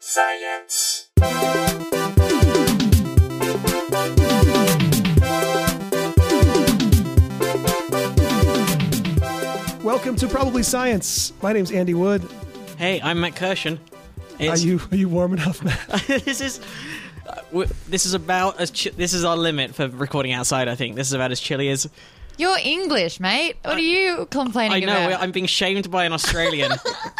science. Welcome to Probably Science. My name's Andy Wood. Hey, I'm Matt Kirshen. Are It's- you are you warm enough, Matt? this is uh, w- this is about as chi- this is our limit for recording outside. I think this is about as chilly as You're English, mate. What are you complaining I know. about? I'm being shamed by an Australian.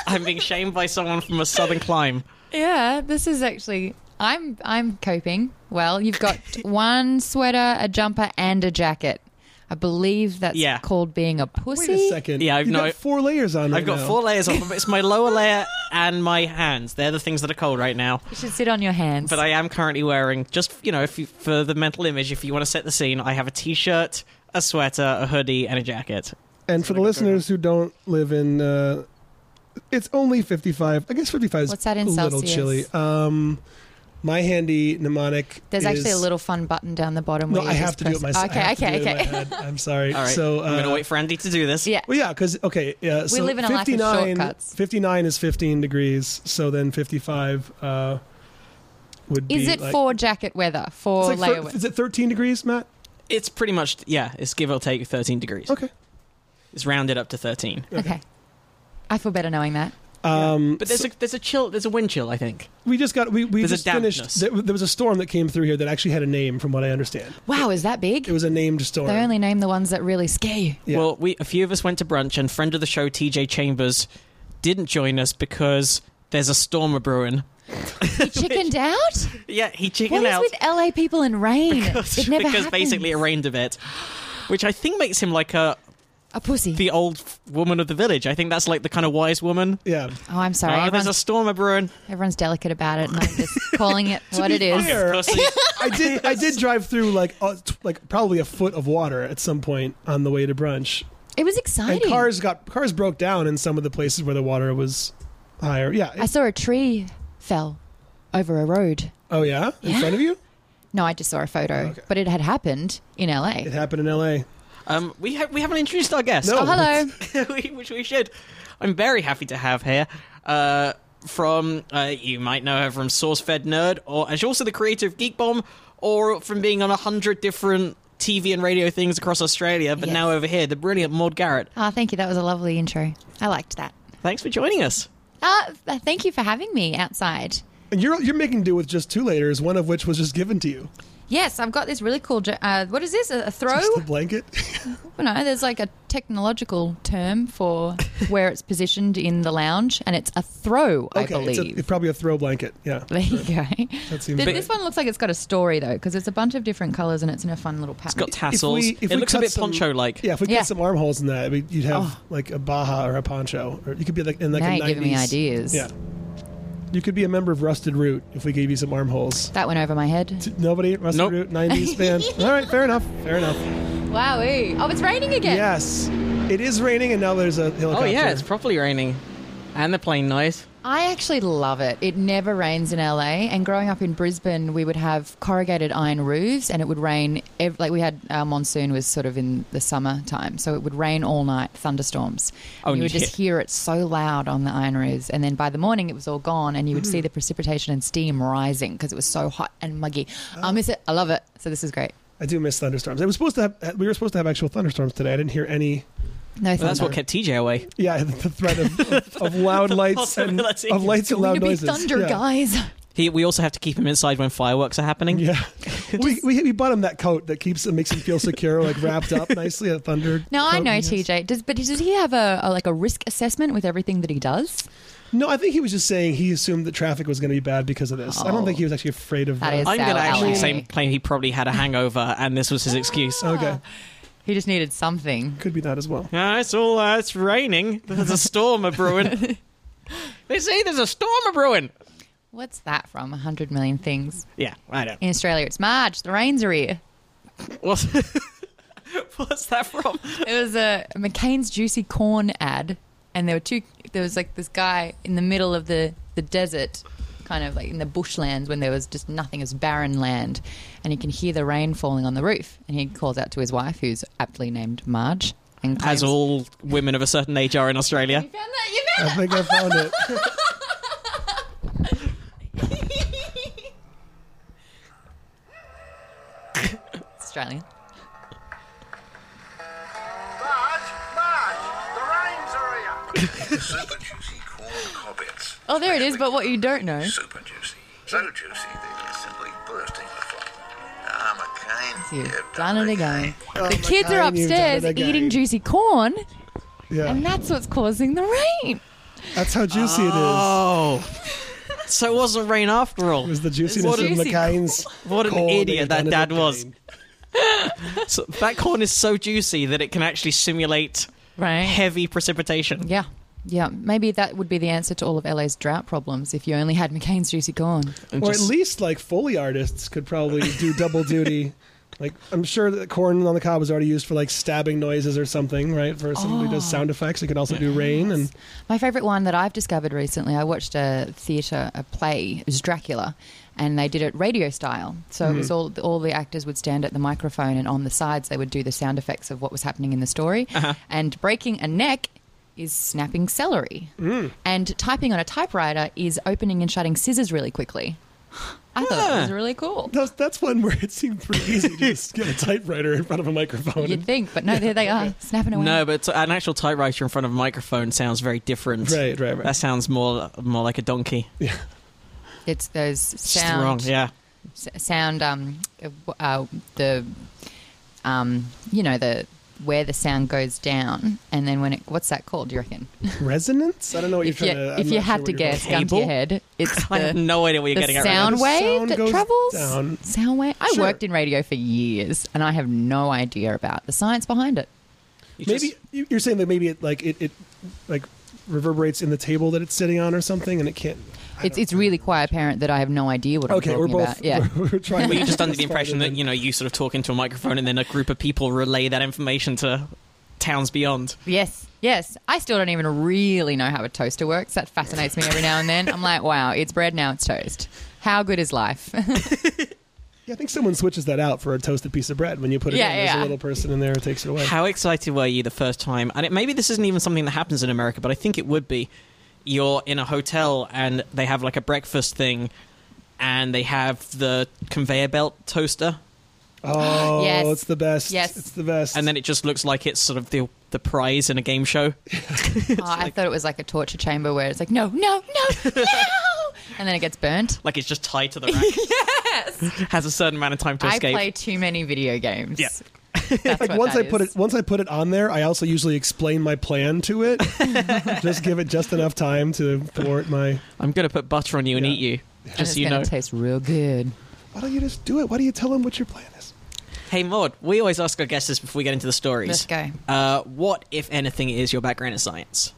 I'm being shamed by someone from a southern clime. yeah, this is actually. I'm I'm coping well. You've got one sweater, a jumper, and a jacket. I believe that's Yeah. called being a pussy. Wait a second. Yeah, I've You've no- got four layers on. Right I've got now. four layers on. but It's my lower layer and my hands. They're the things that are cold right now. You should sit on your hands. But I am currently wearing just you know if you, for the mental image. If you want to set the scene, I have a t-shirt, a sweater, a hoodie, and a jacket. And for the listeners who don't live in, uh, it's only fifty-five. I guess fifty-five is What's that in a little Celsius? chilly. Um, my handy mnemonic. There's is- actually a little fun button down the bottom. No, where you I have just to do it press- myself. Okay, I have to do okay, it in okay. my head. I'm sorry. All right. So I'm gonna uh, wait for Andy to do this. yeah. Well, yeah, because okay, yeah. So live in a life of 59, shortcuts. Fifty-nine is fifteen degrees, so then fifty-five uh, would be. Is it like, for jacket weather? For It's like layer thir- weather? is it thirteen degrees, Matt? It's pretty much yeah. It's give or take 13 degrees. Okay. It's rounded up to 13. okay. I feel better knowing that. Um, But there's a there's a chill there's a wind chill I think. we just got we we There's a just finished. dampness. There, there was a storm that came through here that actually had a name, from what I understand. Wow, is that big? It was a named storm. they only name the ones that really scare you. Yeah. Well, we a few of us went to brunch and friend of the show TJ Chambers didn't join us because there's a storm a brewing. You chickened out? Yeah, he What chickened is out with LA people and rain? it never because happens. basically it rained a bit, which I think makes him like a a pussy. the old f- woman of the village. I think that's like the kind of wise woman. yeah. oh, I'm sorry. Ah, there's everyone's, a storm a brewing. everyone's delicate about it, and I'm just calling it what it is. fair- Sure. Pussy. I did. I did drive through like uh, t- like probably a foot of water at some point on the way to brunch, It was and exciting. cars got cars broke down in some of the places where the water was higher. Yeah. I saw a tree fell over a road. oh yeah, in Yeah. front of you. No, I just saw a photo, Okay. but it had happened in LA. It happened in L.A. um, we ha- we haven't introduced our guest. No. Oh, hello. We- which we should. I'm very happy to have here uh, from uh, you might know her from SourceFed Nerd, or and she's also the creator of Geek Bomb, or from being on a hundred different TV and radio things across Australia, but Yes. now over here, the brilliant Maud Garrett. Ah, thank you. That was a lovely intro. I liked that. Thanks for joining us. Ah, th- thank you for having me outside. And you're you're making do with just two layers, one of which was just given to you. Yes, I've got this really cool. ja- Uh, what is this? A, a throw? Just the blanket. Well, no, there's like a technological term for where it's positioned in the lounge, and it's a throw, I it's, a- believe. it's probably a throw blanket. Yeah. there you go. That seems But right. this one looks like it's got a story though, because it's a bunch of different colors and it's in a fun little pattern. It's got tassels. we- if we it looks a cut bit some- poncho like. Yeah, if we Yeah. put some armholes in that, I mean, you'd have Oh. like a baja or a poncho, or you could be like in like now a you're giving me 90s ideas. Yeah, you could be a member of Rusted Root if we gave you some armholes. That went over my head. Nobody Rusted Nope. Root '90s band. All right, fair enough, fair enough. Wowee! Oh, it's raining again. Yes, it is raining, and now there's a Oh helicopter. yeah, it's properly raining, and the plane noise. I actually love it. It never rains in LA. And growing up in Brisbane, we would have corrugated iron roofs, and it would rain. Ev- like we had our monsoon was sort of in the summer time, so it would rain all night, thunderstorms. Oh, and and you would you'd just hear it so loud on the iron roofs, and then by the morning it was all gone, and you would Mm. see the precipitation and steam rising because it was so hot and muggy. I miss it. I love it. So this is great. I do miss thunderstorms. It was supposed to have. We were supposed to have actual thunderstorms today. I didn't hear any. No, Well, that's thunder. what kept TJ away. Yeah, the threat of, of, of loud lights and possibility. of lights and Going loud to be noises. thunder, yeah. guys. He, we also have to keep him inside when fireworks are happening. Yeah, we, we we bought him that coat that keeps him makes him feel secure, like wrapped up nicely. A thunder. Now I coat, know yes. TJ does, but does he have a, a like a risk assessment with everything that he does? No, I think he was just saying he assumed that traffic was going to be bad because of this. I don't Oh. think he was actually afraid of That uh, is- I'm gonna Sour actually LA. say claim he probably had a hangover and this was his excuse. Okay, He just needed something. could be that as well. Ah, it's all uh, it's raining. There's a storm a brewing. they say there's a storm a brewing. What's that from? A hundred million things. Yeah, I know. In Australia, it's March. The rains are here. What's, what's that from? It was a McCain's juicy corn ad, and there were two. There was like this guy in the middle of the the desert, kind of like in the bushlands when there was just nothing, it was barren land, and he can hear the rain falling on the roof, and he calls out to his wife, who's aptly named Marge, and As claims- all women of a certain age are in Australia. You found that. You found I think I found it. Australian. Marge, Marge, the reins are here. Super juicy corn hobbits. Oh, there it is. But what you don't know, Super juicy. So juicy they were simply bursting with flavor. Ah, McCain. you've you've done it again. Oh, the kids McCain, you've done are it upstairs again. eating juicy corn, Yeah, and that's what's causing the rain. that's how juicy it Oh. so it wasn't rain after all. is. It was the juiciness What of a- McCain's. What an corn idiot that and dad McCain. was. So that corn is so juicy that it can actually simulate Right? heavy precipitation. Yeah. Yeah, maybe that would be the answer to all of LA's drought problems if you only had McCain's juicy corn. And Or at just- least like Foley artists could probably do double duty. Like I'm sure that corn on the cob is already used for like stabbing noises or something, right? For somebody who Oh. does sound effects, it could also do rain and My favorite one that I've discovered recently, I watched a theatre, a play, it was Dracula, and they did it radio style. So it was all Mm-hmm. all the actors would stand at the microphone, and on the sides they would do the sound effects of what was happening in the story. Uh-huh. And breaking a neck is snapping celery, Mm. and typing on a typewriter is opening and shutting scissors really quickly. I thought that was really cool. that's that's one where it seemed pretty easy to just get a typewriter in front of a microphone. You'd think, but no, there they are, snapping away. No, but an actual typewriter in front of a microphone sounds very different. Right, right, right. That sounds more more like a donkey. it's those sound. Strong, yeah. s- sound um uh, the um you know the where the sound goes down and then when it what's that called do you reckon Resonance? I don't know what if you're you, trying to. I'm if you not had sure to what you're guess trying gun to your Cable? head it's I have the, no idea what you're the getting sound The wave sound that goes travels down. sound wave i Sure. worked in radio for years and i have no idea about the science behind it You maybe just- you- you're saying that maybe it like it, it like reverberates in the table that it's sitting on or something, and it can't. it's it's really quite apparent that i have no idea what Okay, i'm we're talking both about yeah we're, we're trying. Were to you just under the as far as impression it that you know you sort of talk into a microphone and then a group of people relay that information to towns beyond? Yes, yes. I still don't even really know how a toaster works. That fascinates me every now and then. I'm like, wow, it's bread now, it's toast. How good is life? Yeah, I think someone switches that out for a toasted piece of bread when you put it Yeah, in. There's a yeah. little person in there who takes it away. How excited were you the first time? And it, maybe this isn't even something that happens in America, but I think it would be. You're in a hotel and they have like a breakfast thing, and they have the conveyor belt toaster, oh, Yes. it's the best. Yes. It's the best. and then it just looks like it's sort of the the prize in a game show. Oh, I thought it was like a torture chamber where it's like, no, no, no, no. And then it gets burnt. Like it's just tied to the rack. yes, has a certain amount of time to I escape. play too many video games. Yeah. That's like what once I that put is. it once I put it on there, I also usually explain my plan to it. just give it just enough time to thwart my. I'm gonna put butter on you and eat you, and just it's so you gonna know. taste real good. Why don't you just do it? Why do you tell them what your plan is? Hey Maud, we always ask our guests this before we get into the stories. Let's go. Uh, what, if anything, is your background in science?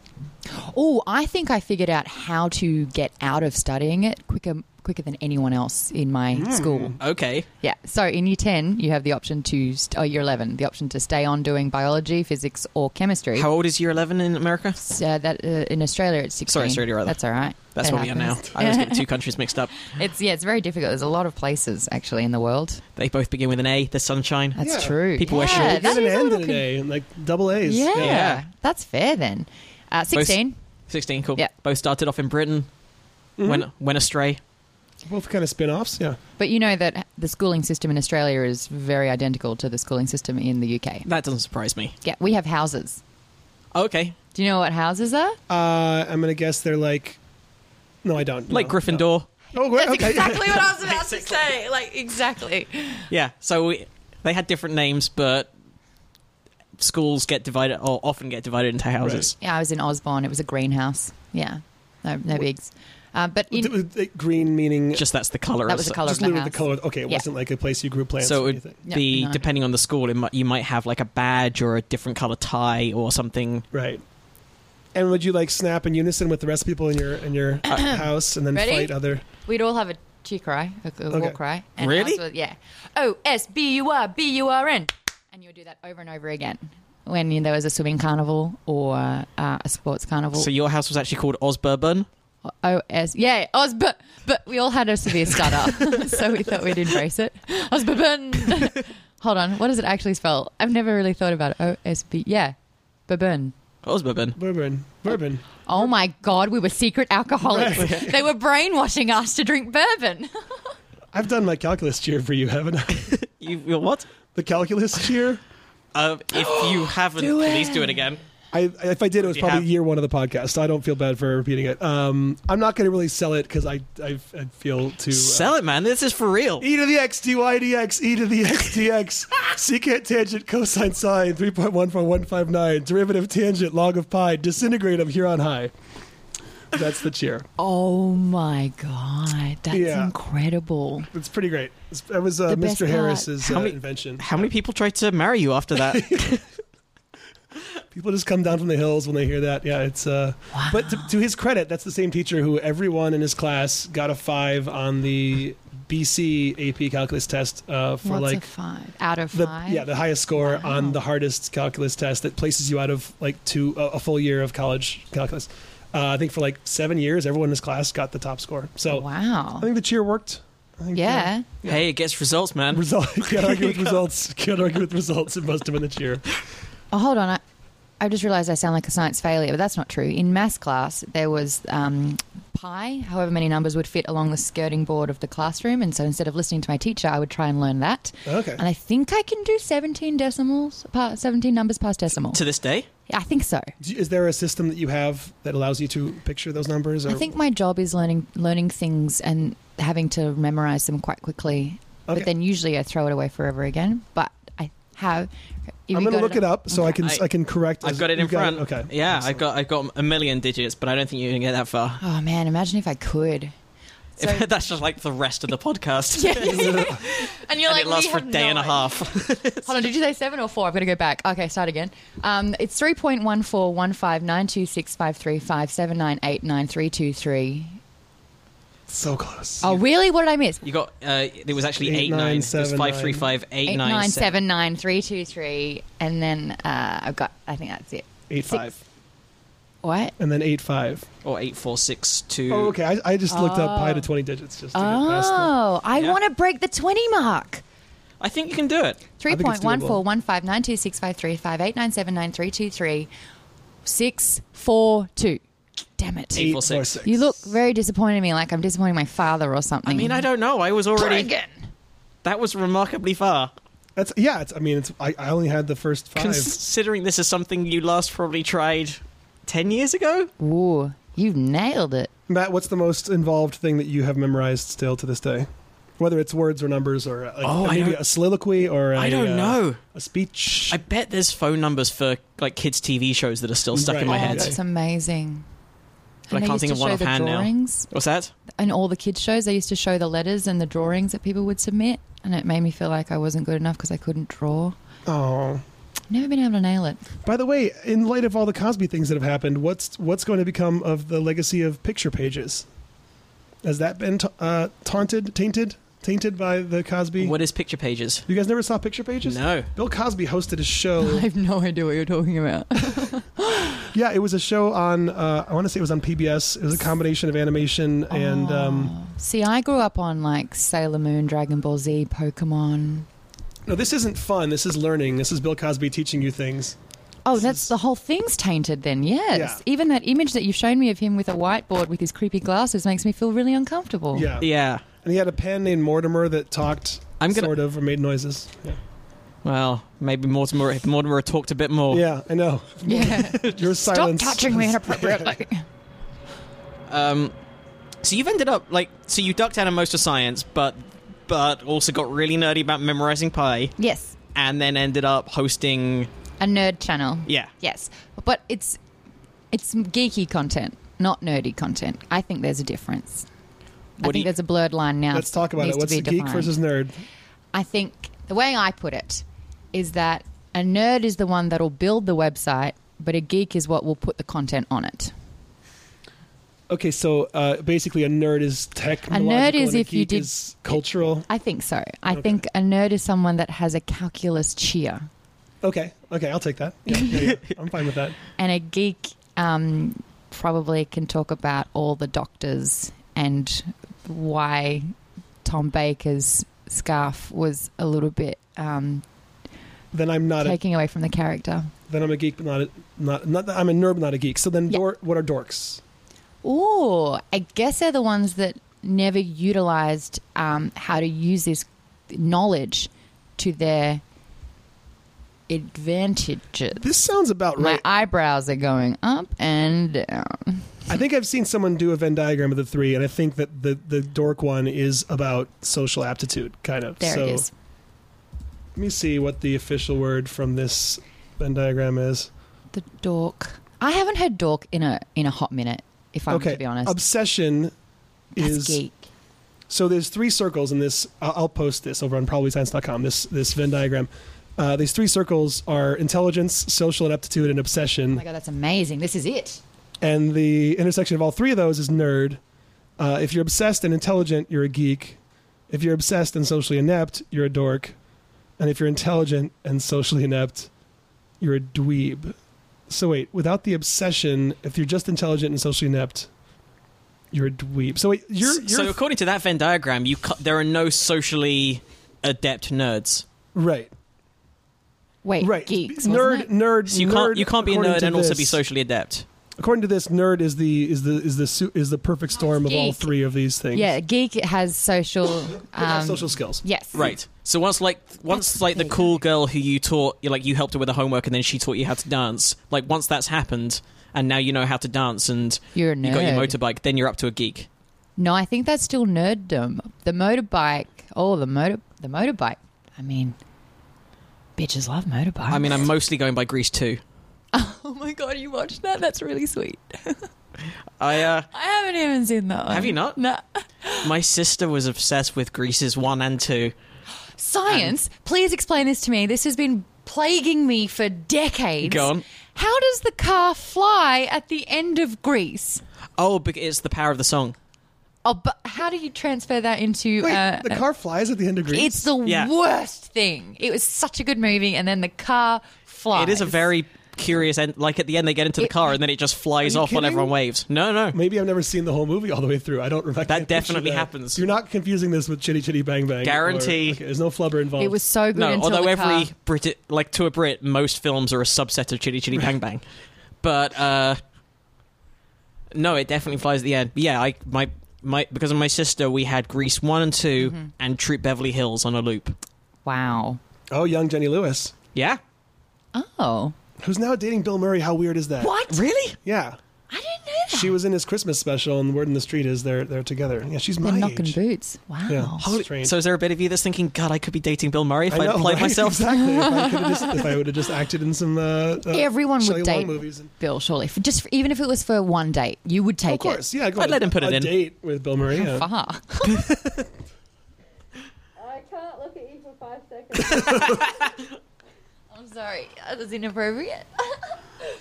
Oh, I think I figured out how to get out of studying it quicker, quicker than anyone else in my Hmm. school. Okay. Yeah. So in year 10, you have the option to, st- oh, year 11, the option to stay on doing biology, physics, or chemistry. How old is year 11 in America? uh, that, uh, in Australia, it's 16. Sorry, Australia, rather. That's all right. That's It what we are now. happens. I always get the two countries mixed up. It's, yeah, it's very difficult. There's a lot of places, actually, in the world. They both begin with an A, the sunshine. That's Yeah. true. People yeah, wear shorts. You get that an is a end little and an con- A, and like double A's. Yeah, Yeah. That's fair then. Uh, 16. Both, 16, cool. Yeah. Both started off in Britain, Mm-hmm. went, went astray. Both kind of spin offs. Yeah. But you know that the schooling system in Australia is very identical to the schooling system in the UK. That doesn't surprise me. Yeah, we have houses. Okay. Do you know what houses are? Uh, I'm gonna guess they're like. No, I don't. Like No. Gryffindor. Oh, wait, okay. what I was about to say. Like, exactly. Yeah, so we, they had different names, but schools get divided, or often get divided into houses. Yeah, I was in Osborne. It was a greenhouse. Yeah, no, no bigs. Uh, but in, D- d- green meaning Just that's the colour. That of was the s- colour. just of the literally the house. color. Okay, it Yeah. wasn't like a place you grew plants. So or it would anything. Yeah, be no. depending on the school. It might, you might have like a badge or a different color tie or something. Right. And would you like snap in unison with the rest of people in your in your house and then Ready? fight other? we'd all have a cheer cry, a, a Okay. war cry. And Really? ours was- yeah. O S B U R B U R N, and you would do that over and over again when there was a swimming carnival or uh, a sports carnival. So your house was actually called Osburban. O S, yeah, Osb. But we all had a severe stutter, so we thought we'd embrace it. Osburn. Hold on, what does it actually spell? I've never really thought about it. O S B. Yeah, Burburn. Osburban. Bourbon, bourbon. Oh my God, we were secret alcoholics. They were brainwashing us to drink bourbon. I've done my calculus cheer for you, haven't I? You, you what? the calculus cheer. Uh, if you haven't, Do please it. do it again. I, if I did, it was You probably have- year one of the podcast. So I don't feel bad for repeating it. Um, I'm not going to really sell it because I, I I feel too. uh, Sell it, man. This is for real. E to the X, dy dx, e to the x, dx, secant tangent, cosine sine, 3.1.159, derivative tangent, log of pi, disintegrate of here on high. That's the cheer. Oh my god, that's Yeah. incredible. It's pretty great. It's- That was uh, The best Mr. part. Harris's uh, many- invention. How many people tried to marry you after that? People just come down from the hills when they hear that. Yeah, it's. Uh, But to, to his credit, that's the same teacher who everyone in his class got a five on the BC AP calculus test uh, for What's like a five out of the five? yeah the highest score on the hardest calculus test that places you out of like two a, a full year of college calculus. Uh, I think for like seven years, everyone in this class got the top score. So wow. I think the cheer worked. I think, yeah. Hey, it gets results, man. uh, result can't argue with results. Can't argue with results. It must have been the cheer. Oh, hold on. I, I just realised I sound like a science failure, but that's not true. In maths class, there was um, pi, however many numbers would fit along the skirting board of the classroom. And so instead of listening to my teacher, I would try and learn that. Okay. And I think I can do 17 decimals, pa- 17 numbers past decimal. To this day, I think so. Do you- Is there a system that you have that allows you to picture those numbers? Or I think my job is learning learning things and having to memorize them quite quickly. Okay. But then usually I throw it away forever again. But I have. I'm going to look it up so I can I, I- can correct. I've got it in You've front. Okay. Yeah, I've got I've got a million digits, but I don't think you're gonna get that far. Oh man! Imagine if I could. So- That's just like the rest of the podcast. and you're And like, it lasts we for a have day and a nine. half. Hold on, did you say seven or four? I've got to go back. Okay, start again. Um, it's three point one four one five nine two six five three five seven nine eight nine three two three. So close. Oh, really? What did I miss? You got uh, there was actually Eight, eight nine, nine. it was seven, five three nine. five eight Eight nine nine seven. seven nine three two three, and then uh, I've got. I think that's it. Eight five What? and then eight five. or eight four six two. Oh, okay. I, I just looked up pi to twenty digits just to get past the. Oh, I Yeah. want to break the twenty mark. I think you can do it. Three think it's point one four doable. one five nine two six five three five eight nine seven nine three two three six four two. Damn it! Eight, four, six. You look very disappointed in me, like I'm disappointing my father or something. I mean, I don't know. I was already. That was remarkably far, That's yeah. It's, I mean, it's I, I only had the first five. considering this is something you last probably tried ten years ago. Ooh, you nailed it. Matt, what's the most involved thing that you have memorized still to this day? Whether it's words or numbers or uh, like, Oh, I maybe don't- a soliloquy or I I don't know. a speech. I bet there's phone numbers for like kids' TV shows that are still stuck in my Right. Oh, head. that's amazing. But I And they can't used think to of one show the offhand now. drawings What's that? in all the kids' shows. They used to show the letters and the drawings that people would submit, and it made me feel like I wasn't good enough because I couldn't draw. oh. Never been able to nail it. By the way, in light of all the Cosby things that have happened, what's what's going to become of the legacy of picture pages? Has that been ta- uh, taunted, tainted, tainted by the Cosby? What is picture pages? you guys never saw picture pages? No. Bill Cosby hosted a show. I have no idea what you're talking about. Yeah, it was a show on. Uh, I want to say it was on PBS. It was a combination of animation and um, See, I grew up on like Sailor Moon, Dragon Ball Z, Pokemon. no. This isn't fun. This is learning. This is Bill Cosby teaching you things. Oh, that's the whole thing's tainted then, yes. Yeah. Even that image that you've shown me of him with a whiteboard with his creepy glasses makes me feel really uncomfortable. Yeah, Yeah. And he had a pen named Mortimer that talked. I'm gonna- sort of or made noises. Yeah, Well, maybe Mortimer. If Mortimer had talked a bit more. yeah I know. Yeah. Your Stop silence. touching me inappropriately. Um, so you've ended up like so you ducked out of most of science, but but also got really nerdy about memorizing pi, yes. and then ended up hosting. A nerd channel. Yeah. Yes. But it's it's geeky content, not nerdy content. I think there's a difference. What do I think you, there's a blurred line now. Let's talk about Needs it. to What's be the geek defined. versus nerd? I think the way I put it is that a nerd is the one that'll build the website, but a geek is what will put the content on it. Okay, so uh, basically, a nerd is technological. is and if you geek did- is cultural. I think so. I think a nerd is someone that has a calculus cheer, Okay, okay, I'll take that. Yeah, yeah, yeah. I'm fine with that. and a geek um, probably can talk about all the doctors and why Tom Baker's scarf was a little bit um, Then I'm not a taking away from the character. Then I'm a geek, but not a, not not. that I'm a nerd, but not a geek. So then, Yeah. dor- what are dorks? Oh, I guess they're the ones that never utilized um, how to use this knowledge to their advantages. This sounds about My right. eyebrows are going up and down. I think I've seen someone do a Venn diagram of the three, and I think that the, the dork one is about social aptitude, kind of. There so it is. let me see what the official word from this Venn diagram is. The dork. I haven't heard dork in a in a hot minute. If I'm okay, to be honest, obsession That's is geek. Oh so there's three circles in this i'll, I'll post this over on probablyscience.com this this venn diagram uh, these three circles are intelligence social ineptitude and Oh obsession my god, that's amazing. This is it. and the intersection of all three of those is nerd uh, if you're obsessed and intelligent you're a geek if you're obsessed and socially inept you're a dork and if you're intelligent and socially inept you're a dweeb so wait without the obsession if you're just intelligent and socially inept you're a dweeb so wait you're, you're so according to that Venn diagram, you cut there are no socially adept nerds. right Wait, right geeks. nerd wasn't it? nerd So you can't nerd, you can't be a according nerd to and also be this- socially adept. according to this nerd is the is the is the su- is the perfect storm of all geek. three of these things Yeah, geek has social. They have Um, social skills Yes. Right. So once like once That's like the big. cool girl who you taught you like you helped her with her homework and then she taught you how to dance. Like once that's happened and now you know how to dance and You're a you got your nerd. motorbike, then you're up to a geek. No, I think that's still nerddom. The motorbike. Oh, the motor. The motorbike. I mean, bitches love motorbikes. I mean, I'm mostly going by Grease 2. oh my god, you watched that? That's really sweet. I uh I haven't even seen that. One. Have you not? No. my sister was obsessed with Greases 1 and 2. Science. please explain this to me. This has been plaguing me for decades. Go on. How does the car fly at the end of Greece? Oh, bec- it's the power of the song. Oh, but how do you transfer that into? wait uh, the car flies at the end of Greece It's the Yeah. worst thing. It was such a good movie, and then the car flies. It is a very curious end. Like at the end, they get into the It- car and then it just flies Are you off when kidding? everyone waves. No, no. Maybe I've never seen the whole movie all the way through. I don't remember. That definitely happens. You're not confusing this with Chitty Chitty Bang Bang. or- Guarantee. okay, there's no flubber involved. It was so good. No, until although the every car- Brit, like to a Brit, most films are a subset of Chitty Chitty Bang Bang. But uh, no, it definitely flies at the end. Yeah, I my my because of my sister, we had Grease one and 2 and Troop Beverly Hills on a loop. wow. oh, young Jenny Lewis, Yeah, Oh, who's now dating Bill Murray. How weird is that? what? Really? Yeah, I didn't know that. she was in his Christmas special, and Word in the Street is they're they're together. Yeah, she's They're my knocking age. boots. Wow. Yeah, Holy- strange. so is there a bit of you that's thinking, God, I could be dating Bill Murray if I, know, played right? myself? exactly. if I, could've just, if I would have just acted in some, uh, uh, Everyone Shelley would Long date movies. And, Bill, surely. For just for, even if it was for one date, you would take of course, it. yeah. Go I'd on let him put a it in. Date with Bill Murray. yeah. Far. I can't look at you for five seconds. I'm sorry, that was inappropriate.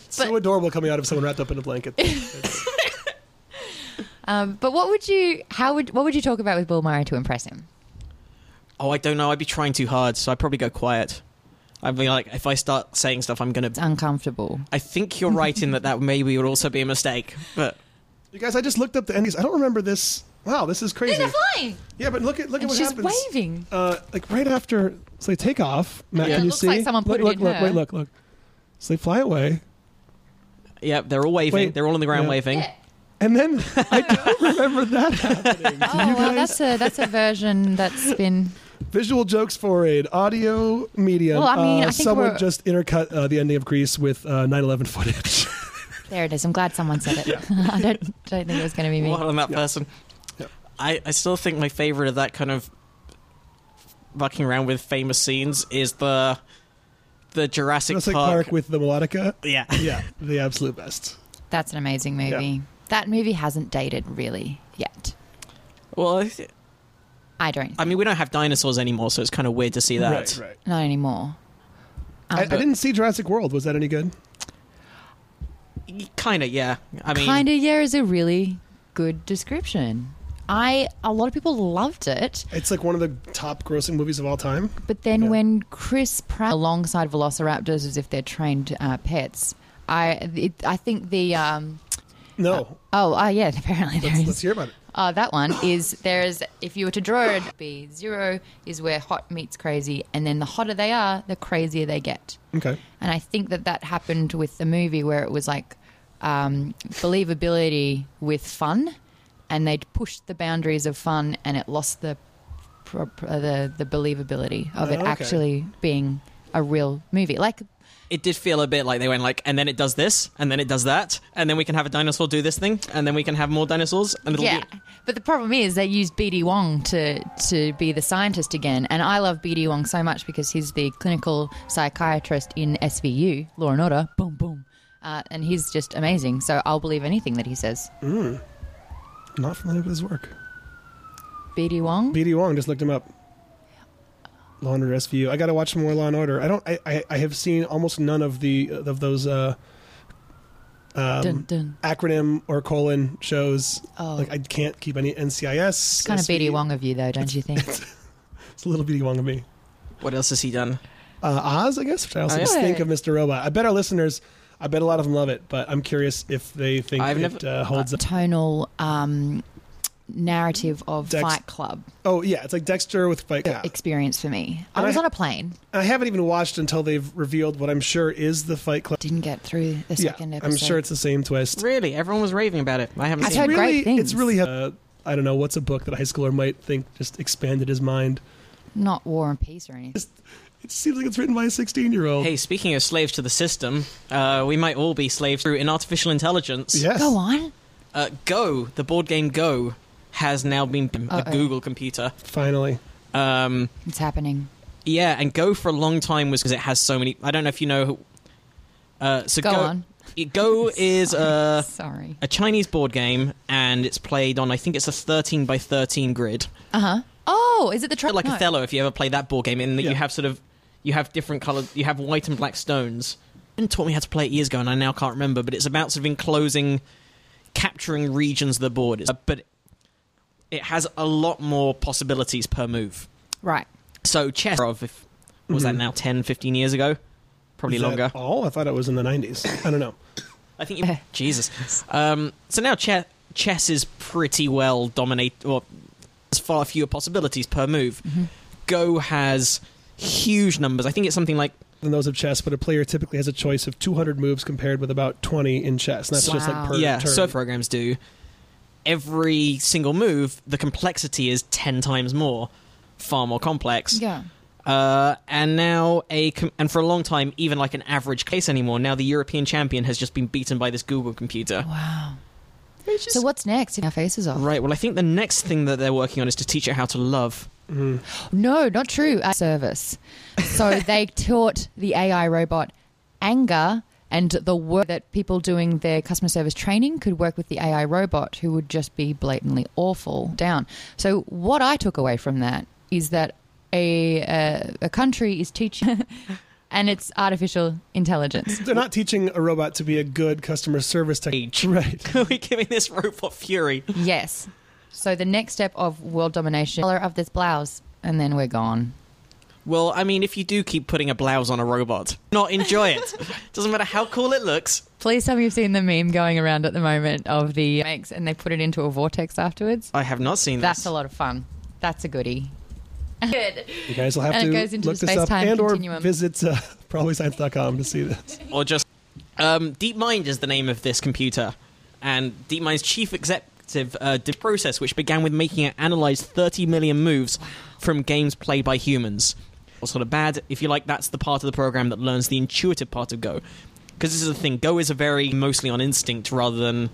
so adorable coming out of someone wrapped up in a blanket. Um, but what would you? How would? What would you talk about with Bill Murray to impress him? Oh, I don't know. I'd be trying too hard, so I'd probably go quiet. I'd be like, if I start saying stuff, I'm gonna. It's uncomfortable. I think you're right in that that maybe would also be a mistake. But you guys, I just looked up the endings. I don't remember this. Wow, this is crazy. They're flying, Yeah, but look at look and at what she's happens. waving. Uh, like right after, so they take off. Matt, Yeah. can It you looks see? like someone look, put it look, in look, her. wait, look, look. So they fly away, yeah, they're all waving. Wait. they're all on the ground Yeah. waving. Yeah. and then I don't remember that happening. Oh, well, that's a that's a version that's been. Visual jokes forayed, audio medium. Well, I mean, uh, I think someone we're- just intercut uh, the ending of Grease with uh, 9/11 footage. There it is. I'm glad someone said it. I don't don't think it was going to be me. What on that person? Yeah. I I still think my favorite of that kind of fucking around with famous scenes is the the Jurassic, Jurassic Park. Park with the melodica. yeah, Yeah, the absolute best. That's an amazing movie. Yeah. That movie hasn't dated really yet. Well, I th- I don't. I mean, we don't have dinosaurs anymore, so it's kind of weird to see that. Right, right. Not anymore. Um, I, I didn't see Jurassic World. Was that any good? Kind of, yeah. I mean, kind of yeah is a really good description. I a lot of people loved it, It's like one of the top grossing movies of all time. but then Yeah. when Chris Pratt alongside velociraptors as if they're trained uh, pets, I it, I think the um No, oh uh, yeah apparently there let's is hear about it. uh, that one is there is if you were to draw it it'd be zero is where hot meets crazy and then the hotter they are the crazier they get. Okay. And I think that that happened with the movie where it was like um, believability with fun, and they'd pushed the boundaries of fun, and it lost uh, the pro- pro- the the believability of it Oh, okay. actually being a real movie. Like It did feel a bit like they went like, and then it does this, and then it does that, and then we can have a dinosaur do this thing, and then we can have more dinosaurs, and it'll yeah, be but the problem is they use BD Wong to to be the scientist again, and I love BD Wong so much because he's the clinical psychiatrist in SVU, Law and Order. Boom, boom, uh, and he's just amazing. So I'll believe anything that he says. Not familiar with his work. BD Wong. BD Wong just looked him up. Law and Order SVU. I got to watch more Law and Order. I don't. I, I, I have seen almost none of the of those uh, Um, dun, dun. acronym or colon shows. Oh. Like I can't keep any NCIS. Kind of SVU. BD Wong of you, though, don't you think? It's a little BD Wong of me. What else has he done? Uh, Oz, I guess. Which I also Oh, yeah. just think of Mr. Robot. I bet our listeners. I bet a lot of them love it, but I'm curious if they think I've it never- uh, holds up. Tonal um, narrative of Dex- Fight Club Oh yeah, it's like Dexter with Fight Club. experience for me. I And I- was on a plane, I haven't even watched until they've revealed what I'm sure is the Fight Club. didn't get through the Yeah, second episode. I'm sure it's the same twist. Really, everyone was raving about it. I haven't I've seen. heard it. great really, It's things. really uh, I don't know what's a book that a high schooler might think just expanded his mind. not War and Peace or anything. It seems like it's written by a 16 year old. Hey, speaking of slaves to the system, uh, we might all be slaves through in artificial intelligence. yes. Go on. Uh, Go, the board game Go, has now been a Uh-oh. Google computer. Finally, Um, It's happening. yeah, and Go for a long time was because it has so many. I don't know if you know. who- Uh, so Go on. Go is uh, a Sorry. a Chinese board game, and it's played on I think it's a thirteen by thirteen grid, Uh huh. Oh, is it the Bit truck? like no. Othello. If you ever play that board game, in that Yeah. you have sort of you have different colored, you have white and black stones. And taught me how to play it years ago, and I now can't remember. But it's about sort of enclosing, capturing regions of the board. It's- but it has a lot more possibilities per move. Right. So chess, of if, was that now 10, 15 years ago? Probably Mm-hmm. Is that longer. All I thought it was in the 90s. I don't know. I think Eh. you, Jesus. Um, so now chess, chess is pretty well dominated. Well, there's far fewer possibilities per move. Mm-hmm. Go has huge numbers. I think it's something like Than those of chess, but a player typically has a choice of 200 moves compared with about 20 in chess. And that's just like Wow. per yeah, turn. surf programs do. Every single move, the complexity is ten times more, far more complex. Yeah. Uh, and now a com- and for a long time, even like an average case anymore. Now the European champion has just been beaten by this Google computer. Wow. Which is- So what's next? If our faces off. Right. Well, I think the next thing that they're working on is to teach it how to love. No, not true. Uh, service. So they taught the AI robot anger and the work that people doing their customer service training could work with the AI robot who would just be blatantly awful down. So what I took away from that is that a uh, a country is teaching and it's artificial intelligence. They're not teaching a robot to be a good customer service technique. Age. Right. Are we giving this robot fury? Yes. So the next step of world domination, color of this blouse, and then we're gone. Well, I mean, if you do keep putting a blouse on a robot, not enjoy it. Doesn't matter how cool it looks. Please tell me you've seen the meme going around at the moment of the makes and they put it into a vortex afterwards. I have not seen That's this. a lot of fun. That's a goodie. Good. You guys will have And it to goes into look the this up space-time and or continuum. visit uh, probablyscience.com to see this. Or just um, DeepMind is the name of this computer, and DeepMind's chief executive uh, did a process which began with making it analyze 30 million moves from games played by humans. What's sort of bad? If you like, that's the part of the program that learns the intuitive part of Go. Because this is the thing, Go is a very mostly on instinct rather than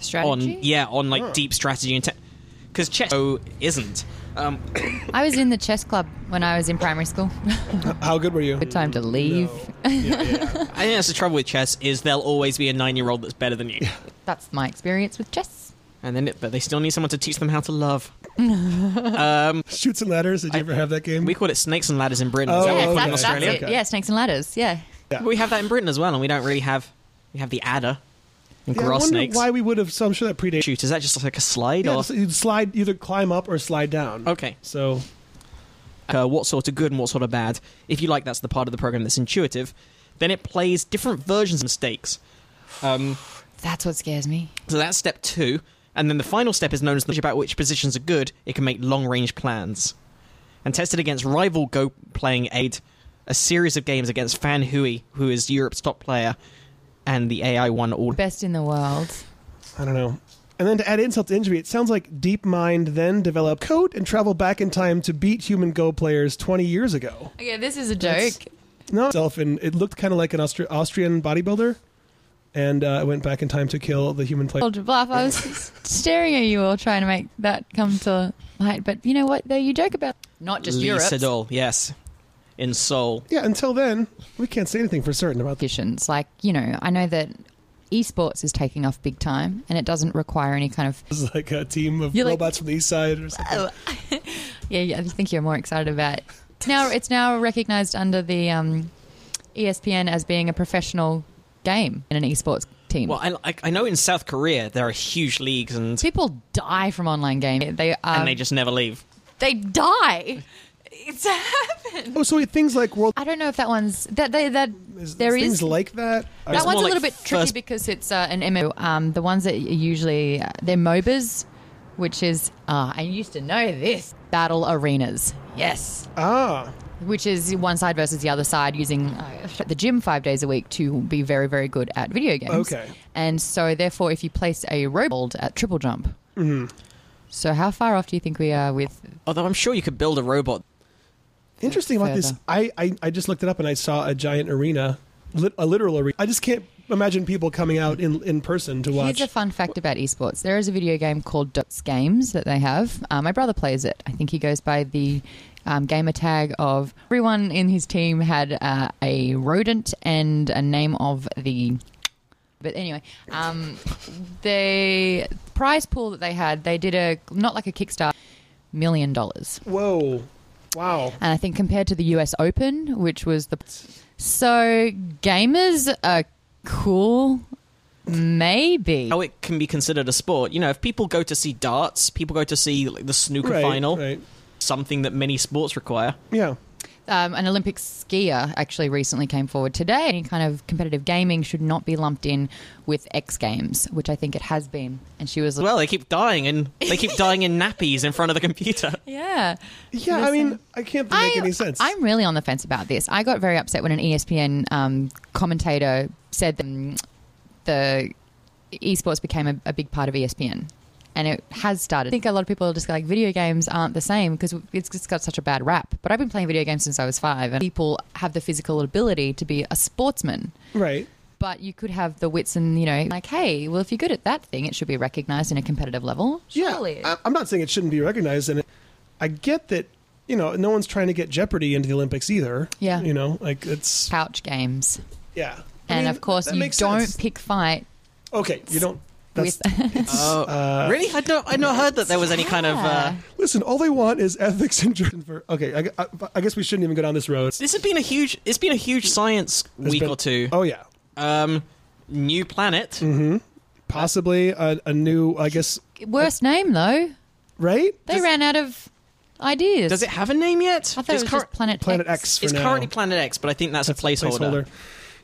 Strategy. on yeah on like deep strategy and because chess Go isn't. Um, I was in the chess club when I was in primary school. How good were you? Good time to leave. I think that's the trouble with chess is there'll always be a nine year old that's better than you, That's my experience with chess. and then it, but they still need someone to teach them how to love. Shoots and ladders. Did you ever have that game? We call it snakes and ladders in Britain. Oh, Is that Yes, what we call it in that's, that's Australia? it. Yeah, snakes and ladders. Yeah. We have that in Britain as well, and we don't really have. We have the adder and yeah, I grass wonder snakes. why we would have. So I'm sure that predates. Shoot, is that just like a slide Yeah, or so you'd slide either climb up or slide down. Okay. So uh, what sort of good and what sort of bad? If you like, that's the part of the program that's intuitive. Then it plays different versions of mistakes. Um, That's what scares me. so that's step two, and then the final step is known as the about which positions are good. It can make long-range plans, and tested against rival Go playing aid, a series of games against Fan Hui, who is Europe's top player, and the AI won all. Best in the world. I don't know. And then to add insult to injury, it sounds like DeepMind then developed code and travel back in time to beat human Go players 20 years ago. Okay, this is a joke. No, itself and it looked kind of like an Austra- Austrian bodybuilder, and uh, I went back in time to kill the human player. Told you bluff. I was s- staring at you all trying to make that come to light. But you know what? Though you joke about not just Lisa Europe Dole, yes. In Seoul. Yeah, until then, we can't say anything for certain about the. competitions. Like you know, I know that esports is taking off big time, and it doesn't require any kind of. It was like a team of You're like- robots from the east side or something. Yeah, yeah I think you're more excited about. It's now it's now recognized under the um, ESPN as being a professional game in an esports team. Well, I, I- I know in South Korea there are huge leagues and, People die from online gaming. They are. and they just never leave. they die. It's happened. Oh, so wait, things like world. I don't know if that one's that they, that there things is like that. that more one's a like little bit tricky first- because it's uh, an MMO. Um, the ones that are usually uh, they're MOBAs, which is uh, I used to know this battle arenas. Yes, ah, which is one side versus the other side using uh, the gym five days a week to be very very good at video games. Okay. and so therefore, if you place a robot at triple jump, Mm-hmm. so how far off do you think we are with? Although I'm sure you could build a robot. interesting about this. Further. I, I I just looked it up and I saw a giant arena, lit, a literal arena. I just can't imagine people coming out in in person to watch. Here's a fun fact about esports. There is a video game called Dots Games that they have. Uh, my brother plays it. I think he goes by the um, gamer tag of everyone in his team had uh, a rodent and a name of the. But anyway, um, the prize pool that they had, they did a not like a Kickstarter, million dollars. Whoa, wow. And I think compared to the US Open, which was the. So gamers are cool, maybe. How it can be considered a sport. You know, if people go to see darts, people go to see like, the snooker Right, final, right. something that many sports require. Yeah. um, an Olympic skier actually recently came forward today. Any kind of competitive gaming should not be lumped in with X Games, which I think it has been. And she was like, Well, they keep dying and they keep dying in nappies in front of the computer. "Yeah, Yeah, I mean, I can't make I- any sense. I'm really on the fence about this. I got very upset when an E ESPN um, commentator said that mm, the esports became a, a big part of E ESPN. And it has started. I think a lot of people are just like, video games aren't the same because it's just got such a bad rap. But I've been playing video games since I was five, and people have the physical ability to be a sportsman. right. But you could have the wits and, you know, like, hey, well, if you're good at that thing, it should be recognized in a competitive level. Surely. Yeah, I- I'm not saying it shouldn't be recognized, and I get that. You know, no one's trying to get Jeopardy into the Olympics either. Yeah. You know, like it's Couch games. yeah. I And mean, of course, that you don't makes sense. pick fight Okay, you don't. That's, with. Oh, really? I'd not, I'd not heard that there was any kind of. Uh, Yeah. listen, all they want is ethics and jur- for- Okay, I, gu- I, I guess we shouldn't even go down this road. this has been a huge. It's been a huge science There's week been- or two. Oh Mm-hmm. yeah, Um, new planet. possibly a, a new. I guess Worst name though. right. They ran out of ideas. Does it have a name yet? I thought It's it was cur- just Planet, Planet X. for It's now. currently Planet X, but I think that's, That's a placeholder.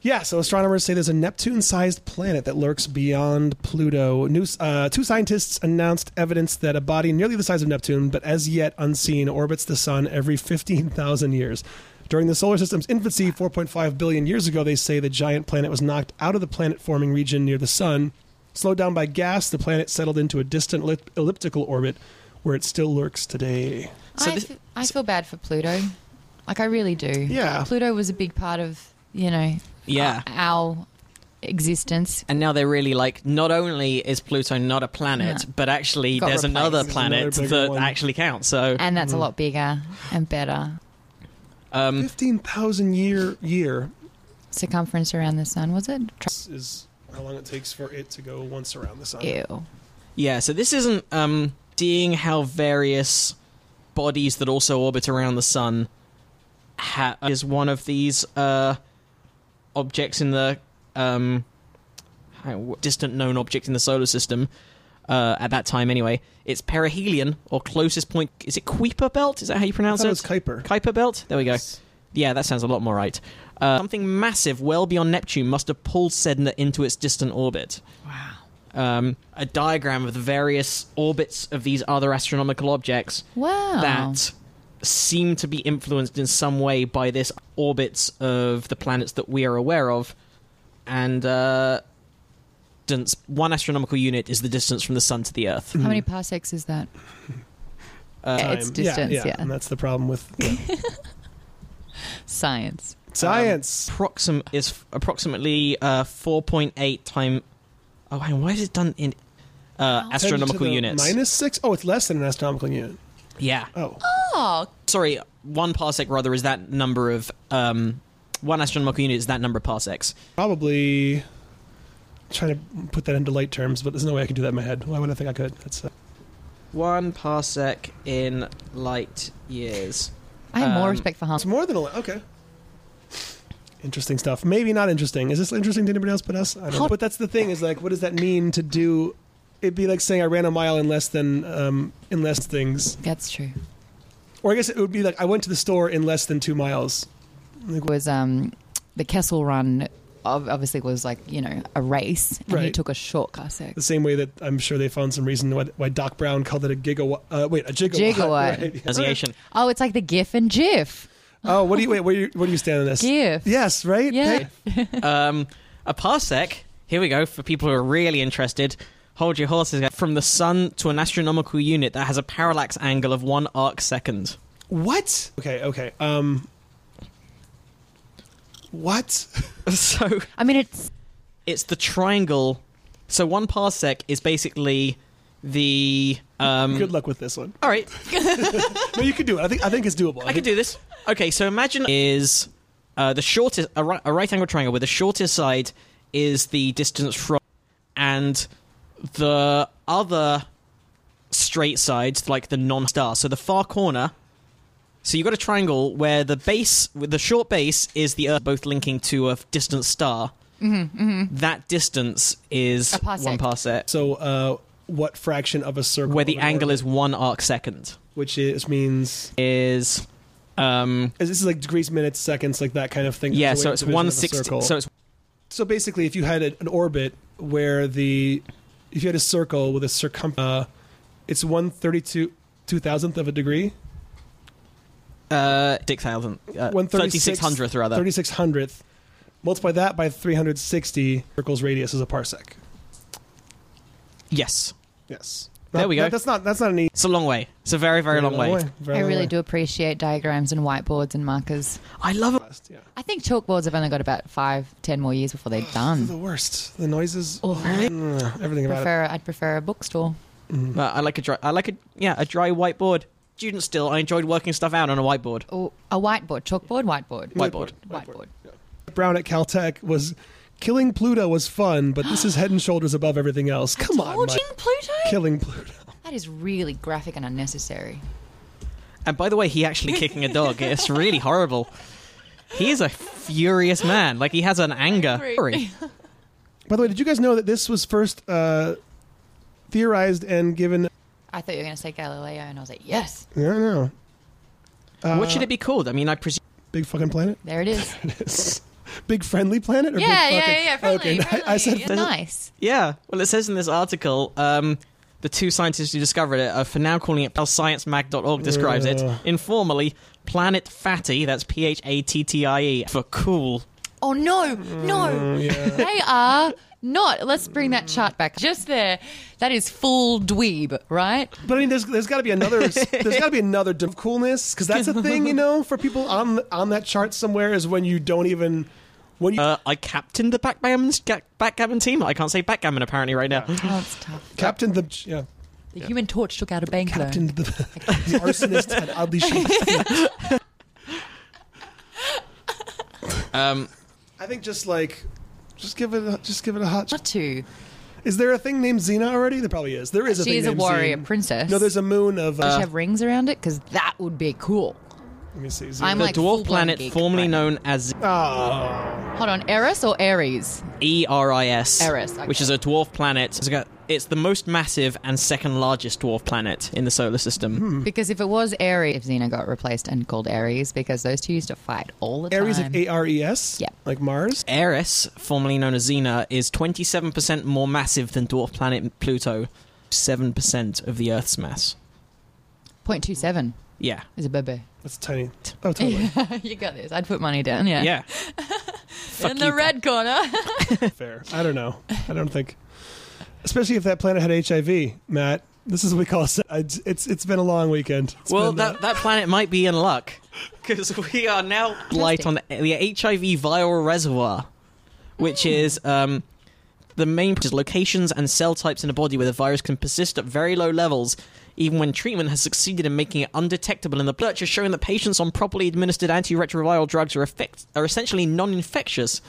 Yeah, so astronomers say there's a Neptune-sized planet that lurks beyond Pluto. New, uh, two scientists announced evidence that a body nearly the size of Neptune, but as yet unseen, orbits the sun every 15,000 years. During the solar system's infancy, 4.5 billion years ago, they say the giant planet was knocked out of the planet-forming region near the sun. Slowed down by gas, the planet settled into a distant ellip- elliptical orbit where it still lurks today. So I, this- f- I feel bad for Pluto. Like I really do. Yeah. Pluto was a big part of you know Oh, Yeah. our existence. And now they're really like, not only is Pluto not a planet, No. but actually Got there's replaced. another There's planet another bigger that one. actually counts. So And that's a Mm-hmm. lot bigger and better. Um, 15,000 year year Circumference around the sun was it? Tri- is how long it takes for it to go once around the sun. Ew. yeah, so this isn't um, seeing how various bodies that also orbit around the sun ha- is one of these uh, objects in the um, how- distant known object in the solar system. Uh, at that time, anyway, it's perihelion or closest point. Is it Kuiper Belt? Is that how you I pronounce thought it was Kuiper. Kuiper Belt? There we go. Yeah, that sounds a lot more right. Uh, something massive, well beyond Neptune, must have pulled Sedna into its distant orbit. Wow. Um, a diagram of the various orbits of these other astronomical objects Wow. that seem to be influenced in some way by this orbits of the planets that we are aware of, and uh, distance. One astronomical unit is the distance from the sun to the Earth. How many parsecs is that? Time. it's distance, yeah. and that's the problem with yeah. Science. Science. Um, Proxim is f- approximately uh, 4.8 time. Oh, hang on, why is it done in uh, 10 astronomical to the units? Minus six? Oh, it's less than an astronomical unit. Yeah. Oh. Oh, Sorry, one parsec rather is that number of um, one astronomical unit is that number of parsecs. Probably I'm trying to put that into light terms, but there's no way I can do that in my head. Why would I think I could? That's uh, One parsec in light years. I have more Um, respect for it's Hans. more than a li- okay. Interesting stuff. Maybe not interesting. Is this interesting to anybody else but us? I don't know. Hot- But that's the thing is like, what does that mean to do? It'd be like saying I ran a mile in less than um, in less things, That's true. or I guess it would be like I went to the store in less than two miles. Like, Was um, the Kessel Run ob- obviously was like you know a race, and he Right. took a short cossack. the same way that I'm sure they found some reason why, why Doc Brown called it a gigawatt. Uh, wait, a gigawatt. Gigawatt. right, yeah. Pronunciation. Oh, it's like the GIF and GIF. Oh, what do you wait? Where do you, where do you stand on this? GIF. Yes, right. Yeah. Um, a parsec. Here we go for people who are really interested. Hold your horses. From the sun to an astronomical unit that has a parallax angle of one arc second. What? Okay, okay. Um, what? So I mean, it's it's the triangle. So one parsec is basically the. Um, Good luck with this one. all right, No, you could do it. I think I think it's doable. I can do this. Okay, so imagine is uh, the shortest a, ri- a right angle triangle where the shortest side is the distance from, and the other straight sides like the non-star. So the far corner. So you've got a triangle where the base, with the short base, is the Earth, both linking to a distant star. That distance is Mm-hmm, A parsec. one parsec, So, uh, what fraction of a circle? where the of an angle orbit, is one arc second. which is means Is um, is this is like degrees, minutes, seconds, like that kind of thing. yeah, That's the so way it's the division one of a sixty. circle. So it's So basically, if you had a, an orbit where the if you had a circle with a circumference, uh, it's one thirty-two two thousandth of a degree. Uh, Dick thousand. Uh, One Thirty-six hundredth, rather. Thirty-six hundredth. Multiply that by three hundred sixty. Circle's radius is a parsec. Yes, Yes. There Not- we go. that- that's not that's not an easy. it's a long way. It's a very, very, long, way. Very I long really way. do appreciate diagrams and whiteboards and markers. I love it. Best, yeah. I think chalkboards have only got about five, ten more years before they're They're the done. worst. The noises. Oh, Mm, everything about it. prefer, I'd prefer a bookstore. Uh, I like a dry. I like a yeah, a dry whiteboard. Student still, I enjoyed working stuff out on a whiteboard. Oh, a whiteboard, chalkboard, whiteboard, Whiteboard. whiteboard. Brown at Caltech was killing Pluto was fun, but this is head and shoulders above everything else. Come on, Forging Mike. Pluto? killing Pluto. That is really graphic and unnecessary. And by the way, he actually kicking a dog. It's really horrible. He is a furious man. Like he has an anger. Angry. By the way, did you guys know that this was first uh, theorized and given? I thought you were going to say Galileo, and I was like, yes, I don't know. Uh, what should it be called? I mean, I presume. Big fucking planet. there it is. big friendly planet. Or yeah, big yeah, fucking... yeah, yeah, friendly, okay, friendly. I, I said yeah, nice. Yeah. Well, it says in this article, um, the two scientists who discovered it are for now calling it how sciencemag.org describes Ugh. it informally planet fatty. That's P H A T T I E for cool. Oh, no, Oh, no. They are not. Let's bring that chart back. Just there. That is full dweeb, right? But I mean, there's there's got to be another there's got to be another diff- coolness because that's a thing you know for people on on that chart somewhere is when you don't even when you Uh, I captained the backgammon backgammon team. I can't say backgammon apparently right now. Oh, it's tough. captain the yeah The human torch took out a bank captain loan. the, the arsonist had oddly shaped. feet. Um, I think just like just give it a, just give it a hot. sh- Not two. Is there a thing named Xena already? There probably is. There is a She thing is a named warrior Xena. princess. No, there's a moon of. Does Uh, she have rings around it? Because that would be cool. let me see. Xena. I'm the like dwarf full-blown planet geek formerly right now. known as oh, Hold on, Eris or Ares? E R I S, Eris, okay. which is a dwarf planet. It's got- It's the most massive and second largest dwarf planet in the solar system. Because if it was Ares, if Xena got replaced and called Ares, because those two used to fight all the Aries time. of A R E S. Yeah. like Mars. Eris, formerly known as Xena, is 27% more massive than dwarf planet Pluto, 7% of the Earth's mass. Point two seven Yeah. is a bebe. That's tiny. Oh, totally you got this. I'd put money down. Yeah. Yeah. Fuck In the you. red corner. fair. I don't know. I don't think. Especially if that planet had HIV, Matt. This is what we call. se- It's it's, it's been a long weekend. It's well, been, uh, that, that planet might be in luck because we are now light on the HIV viral reservoir, which is um, the main is locations and cell types in the body where the virus can persist at very low levels, even when treatment has succeeded in making it undetectable. And the research has shown that patients on properly administered antiretroviral drugs are effect- are essentially non-infectious.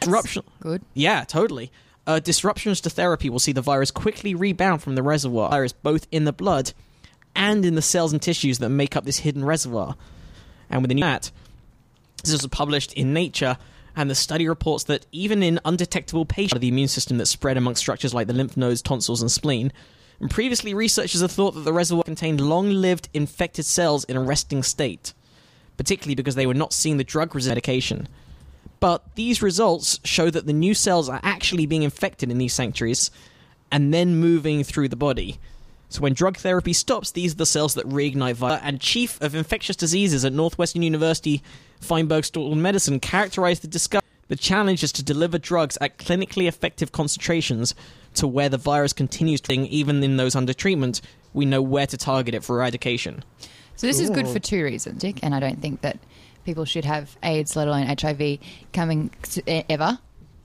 Disruption. Good. Yeah, totally. Uh, disruptions to therapy will see the virus quickly rebound from the reservoir. Virus both in the blood and in the cells and tissues that make up this hidden reservoir. And within that, this was published in Nature, and the study reports that even in undetectable patients, the immune system that spread amongst structures like the lymph nodes, tonsils, and spleen. And previously, researchers have thought that the reservoir contained long-lived infected cells in a resting state, particularly because they were not seeing the drug-resistant medication but these results show that the new cells are actually being infected in these sanctuaries and then moving through the body. So when drug therapy stops, these are the cells that reignite virus. And chief of infectious diseases at Northwestern University Feinberg School of Medicine characterized the discovery. The challenge is to deliver drugs at clinically effective concentrations to where the virus continues to even in those under treatment. We know where to target it for eradication. So this is good Cool. for two reasons, Dick, and I don't think that people should have AIDS, let alone HIV, coming to, e- ever.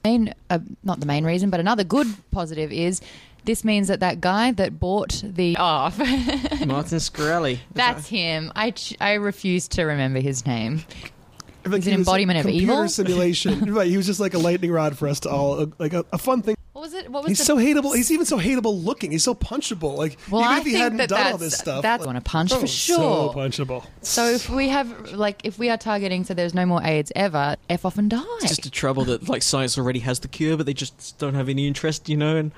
Main, uh, not the main reason, but another good positive is this means that that guy that bought the off, Martin Scarelli. that's him. I ch- I refuse to remember his name. I think He's he an was a embodiment of computer evil. simulation. right, he was just like a lightning rod for us to all. uh, Like a, a fun thing. What was it? What was He's the- so hateable. He's even so hateable looking. He's so punchable. Like Well, even I if he think hadn't that done all that's- this stuff, that's like, gonna punch oh, for sure. So punchable. So if we have like if we are targeting so there's no more AIDS ever, f off and die. It's just a trouble that like science already has the cure, but they just don't have any interest, you know. And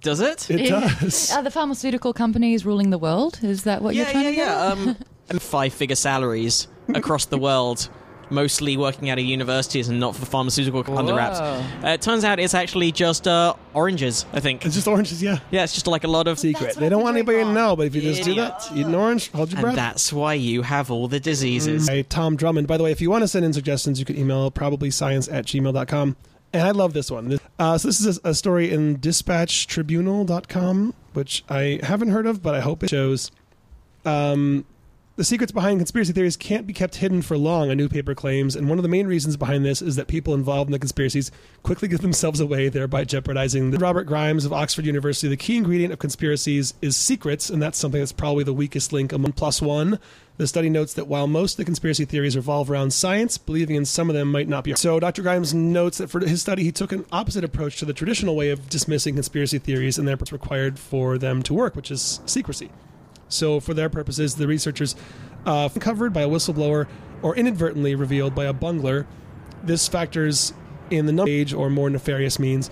does it? It does. Are the pharmaceutical companies ruling the world? Is that what you're yeah, trying yeah, to get? yeah. Um, and five-figure salaries across the world, mostly working out of universities and not for pharmaceutical under wraps. Whoa. Uh, it turns out it's actually just uh, oranges. I think. It's just oranges, yeah. Yeah, it's just like a lot of Secret. They what don't we want do anybody to wrong. know, but if you just do that, eat an orange, hold your And breath. that's why you have all the diseases. by Tom Drummond. By the way, if you want to send in suggestions, you can email probably science at gmail.com. And I love this one. Uh, so this is a, a story in dispatchtribunal.com, which I haven't heard of, but I hope it shows. Um, the secrets behind conspiracy theories can't be kept hidden for long, a new paper claims. And one of the main reasons behind this is that people involved in the conspiracies quickly give themselves away, thereby jeopardizing the Robert Grimes of Oxford University. The key ingredient of conspiracies is secrets, and that's something that's probably the weakest link among plus one. The study notes that while most of the conspiracy theories revolve around science, believing in some of them might not be. So Dr. Grimes notes that for his study, he took an opposite approach to the traditional way of dismissing conspiracy theories and their purpose required for them to work, which is secrecy. So, for their purposes, the researchers, uh, covered by a whistleblower or inadvertently revealed by a bungler, this factors in the number age or more nefarious means.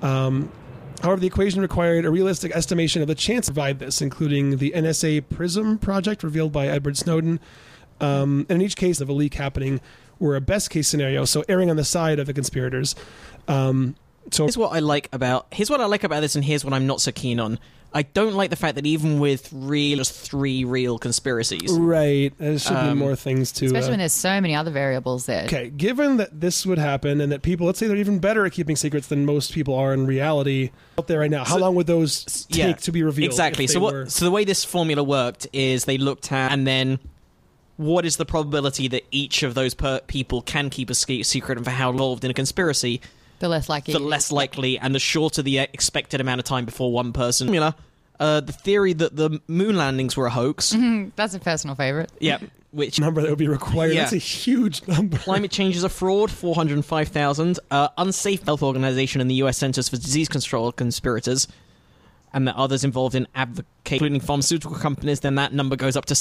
Um, however, the equation required a realistic estimation of the chance to provide this, including the NSA PRISM project revealed by Edward Snowden. Um, and in each case of a leak happening, were a best case scenario, so erring on the side of the conspirators. Um, so, Here's what I like about here's what I like about this, and here's what I'm not so keen on. I don't like the fact that even with real, just three real conspiracies. right, there should be more things to. Especially uh, when there's so many other variables there. Okay, given that this would happen and that people, let's say they're even better at keeping secrets than most people are in reality out there right now, how long would those take Yeah, to be revealed? Exactly. if they So what? were- So the way this formula worked is they looked at and then what is the probability that each of those per- people can keep a ske- secret and for how involved in a conspiracy, The less likely. the less likely and the shorter the expected amount of time before one person. Formula. Uh, the theory that the moon landings were a hoax. Mm, That's a personal favorite. Yeah. Which number that would be required? Yeah. That's a huge number. Climate change is a fraud, 405,000. Uh, unsafe health organization and the US Centers for Disease Control conspirators, and the others involved in advocate, including pharmaceutical companies, then that number goes up to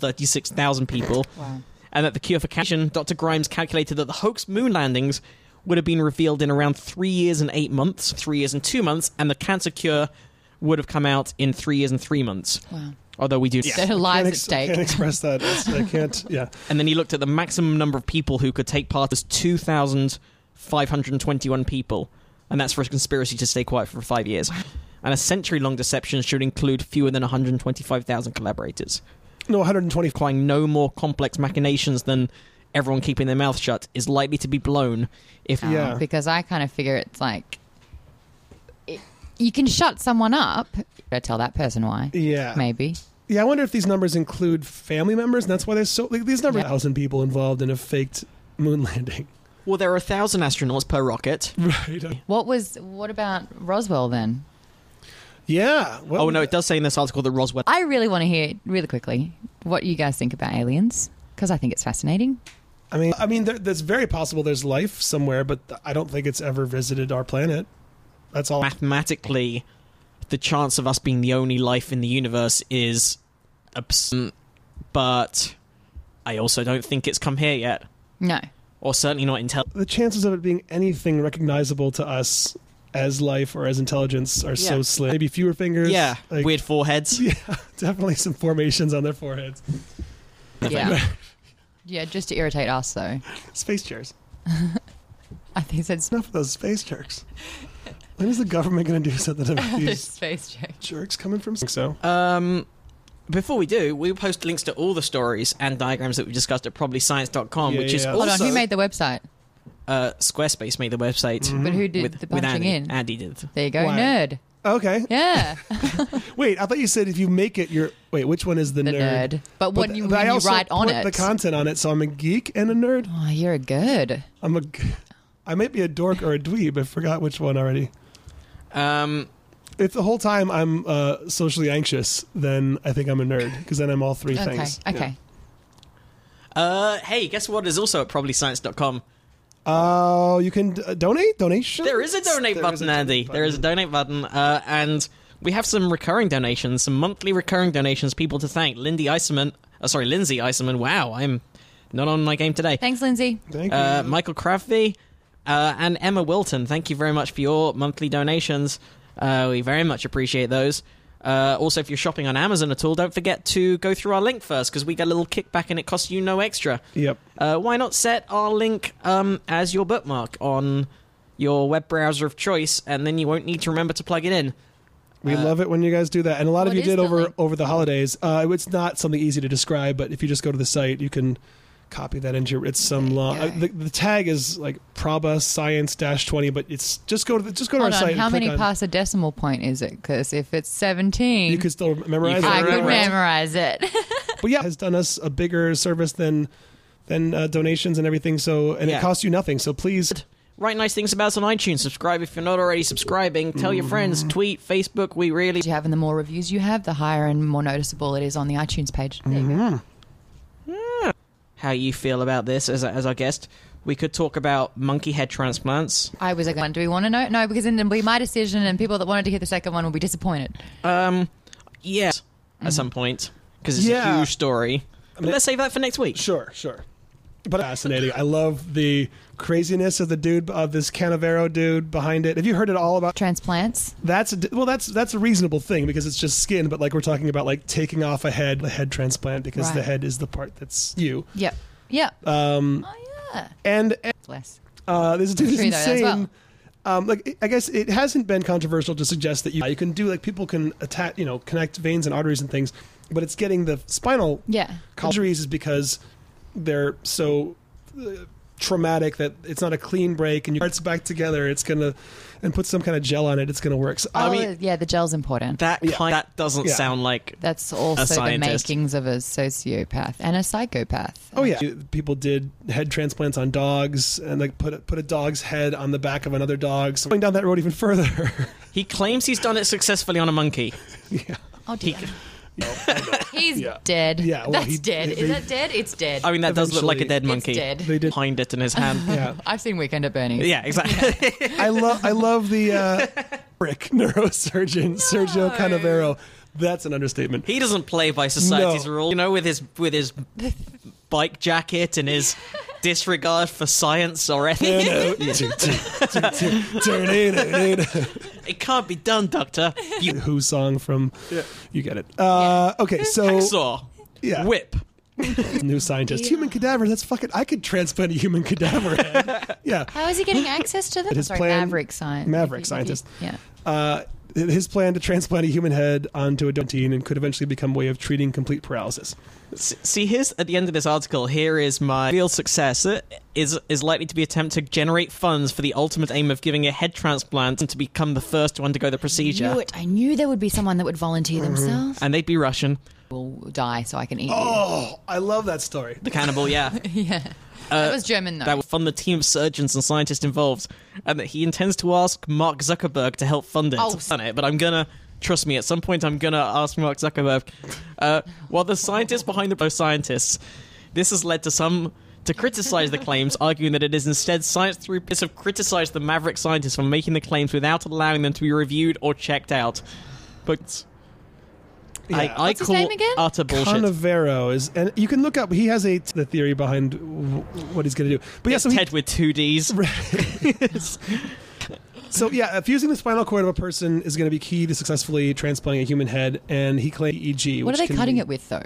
736,000 people. Wow. And that the cure for cancer, Dr. Grimes calculated that the hoax moon landings would have been revealed in around three years and eight months, three years and two months, and the cancer cure would have come out in three years and three months. Wow. Although we do. Their lives Can't at ex- Can't stake. express that. It's- I can't. Yeah. And then he looked at the maximum number of people who could take part as 2,521 people. And that's for a conspiracy to stay quiet for five years. And a century long deception should include fewer than 125,000 collaborators. No, 120. Requiring no more complex machinations than everyone keeping their mouth shut is likely to be blown if. now, Yeah. Because I kind of figure it's like it, you can shut someone up I tell that person why? Yeah. Maybe. Yeah, I wonder if these numbers include family members, and that's why there's so like, these numbers. Yeah. Thousand people involved in a faked moon landing. Well, there are a thousand astronauts per rocket. Right. What was? What about Roswell then? Yeah. Well, Oh no, it does say in this article that Roswell. I really want to hear really quickly what you guys think about aliens because I think it's fascinating. I mean, I mean, there, that's very possible. There's life somewhere, but I don't think it's ever visited our planet. That's all. mathematically, the chance of us being the only life in the universe is absent. But I also don't think it's come here yet, No. or certainly not intel. The chances of it being anything recognizable to us as life or as intelligence are so Yeah. slim. Maybe fewer fingers. Yeah, like- weird foreheads. Yeah, definitely some formations on their foreheads. Yeah. yeah, just to irritate us though. Space jerks. I think that's Enough of those space jerks. When is the government going to do something about these space joke. jerks coming from? Oh, So Um, before we do, we'll post links to all the stories and diagrams that we discussed at probablyscience.com, Yeah, which is yeah. also Hold on, who made the website? uh, Squarespace made the website. Mm-hmm. But who did with, the with punching Andy. in? Andy did. There you go, Why? nerd. okay, Yeah, wait. I thought you said if you make it, you're wait. Which one is the, the nerd? nerd. But But when th- you, but when I you also write on put it, the content on it, so I'm a geek and a nerd. oh, you're a good. I'm a. g- I might be a dork or a dweeb. I forgot which one already. Um, If the whole time I'm uh, socially anxious, then I think I'm a nerd because then I'm all three Okay, things. okay. uh, hey, guess what is also at probablyscience.com? Oh, you can uh, donate. Donation. There is a donate There is button, a donate Andy. There is a button. donate button, uh, and we have some recurring donations, some monthly recurring donations. People to thank: Lindy Iserman, uh, sorry, Lindsay Iserman. Wow, I'm not on my game today. Thanks, Lindsay. Thank you. Uh, Michael Crafty uh, and Emma Wilton. Thank you very much for your monthly donations. Uh, we very much appreciate those. Uh, also, if you're shopping on Amazon at all, don't forget to go through our link first because we get a little kickback and it costs you no extra. yep. Uh, why not set our link um, as your bookmark on your web browser of choice, and then you won't need to remember to plug it in. We uh, love it when you guys do that, and a lot of What you is did the over link? over the holidays. Uh, it's not something easy to describe, but if you just go to the site, you can copy that into your. It's some long. Uh, go. the, the tag is like Praba Science Dash Twenty, but it's just go to the, just go to Hold our on, site. how and click many on, past a decimal point is it? Because if it's seventeen, You could still memorize You it. I could could memorize it. memorize it. But yeah, has done us a bigger service than than uh, donations and everything. So and Yeah. it costs you nothing. So please, Write nice things about us on iTunes. Subscribe if you're not already subscribing. Tell your friends. Mm-hmm. Tweet, Facebook. We really you have, and the more reviews you have, the higher and more noticeable it is on the iTunes page. There you go. how you feel about this as, as our guest. We could talk about monkey head transplants. I was like, do we want to know? No, because then it'll be my decision, and people that wanted to hear the second one will be disappointed. Yeah, at some point because it's a Mm-hmm. Yeah. huge story. But let's save that for next week. sure, sure. But fascinating. I love the craziness of the dude of this Canavero dude behind it. Have you heard at all about? Transplants. That's a, well, that's that's a reasonable thing because it's just skin, but like we're talking about like taking off a head, a head transplant because the Right. head is the part that's you. Yep. Yep. Um, oh yeah. and and, Bless. uh, this dude is True, though, as insane. well. Um, like it- I guess it hasn't been controversial to suggest that you you can do like people can attach, you know, connect veins and arteries and things, but it's getting the spinal Yeah. injuries is because they're so uh, traumatic that it's not a clean break and your heart's back together. It's gonna and put some kind of gel on it. It's gonna work. So, Oh, I mean, yeah. The gel's important. That kind that doesn't Yeah. sound like That's A also the scientist. makings of a sociopath and a psychopath. Oh yeah, people did head transplants on dogs, and like put a, put a dog's head on the back of another dog. So going down that road even further. he claims he's done it successfully on a monkey. Oh dear. Oh, He's dead. Yeah, well, That's he- dead. they- Is that dead? It's dead. I mean, that does look like a Eventually- dead monkey. dead. They did. Hind it in his hand. Yeah, I've seen Weekend at Bernie's. Yeah, exactly. I love I love the uh, brick neurosurgeon Sergio Canavero. That's an understatement. he doesn't play by society's No. rules. You know, with his with his bike jacket and his disregard for science or anything. it can't be done, Doctor. You Who song from? You get it. Uh, okay, so saw yeah, whip. new scientist, human cadaver. That's fucking. I could transplant a human cadaver. Head. Yeah, How is he getting access to them? His Sorry, plan- Maverick science. Maverick scientist. Yeah. uh, his plan to transplant a human head onto a dentine and could eventually become a way of treating complete paralysis. S- See, here's at the end of this article. Here is my real success uh, is is likely to be attempt to generate funds for the ultimate aim of giving a head transplant and to become the first to undergo the procedure. knew it. I knew there would be someone that would volunteer themselves. And they'd be Russian. will die so I can eat Mm-hmm. Oh, I love that story. The cannibal, yeah. you. Yeah. that was German, though. that will fund the team of surgeons and scientists involved, and that he intends to ask Mark Zuckerberg to help fund it. Oh, I've done it, but I'm gonna trust me. At some point, I'm gonna ask Mark Zuckerberg. Uh, while the scientists behind the both scientists, this has led to some to criticize the claims, arguing that it is instead science through piss have criticized the maverick scientists for making the claims without allowing them to be reviewed or checked out. But I, I What's his call name again? utter bullshit. Canavero is, and you can look up. He has a the theory behind w- what he's going to do. But yeah, It's so he, Ted with two D's. So yeah, uh, fusing the spinal cord of a person is going to be key to successfully transplanting a human head, and he claimed EEG. what which are they can cutting be, it with, though?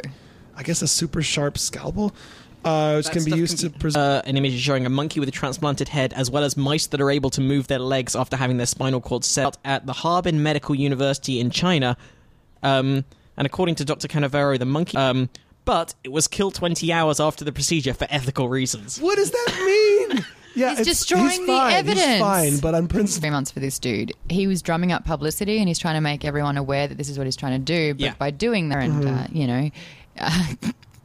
I guess a super sharp scalpel, uh, which can be stuff used can to preserve. uh, an image showing a monkey with a transplanted head, as well as mice that are able to move their legs after having their spinal cord set out at the Harbin Medical University in China. Um, and according to Dr. Canavero, the monkey. Um, but it was killed 20 hours after the procedure for ethical reasons. what does that mean? Yeah, He's it's- destroying he's the fine, He's evidence. fine, but on principle, Three months for this dude. He was drumming up publicity and he's trying to make everyone aware that this is what he's trying to do. But Yeah. by doing that, and, uh, you know, uh,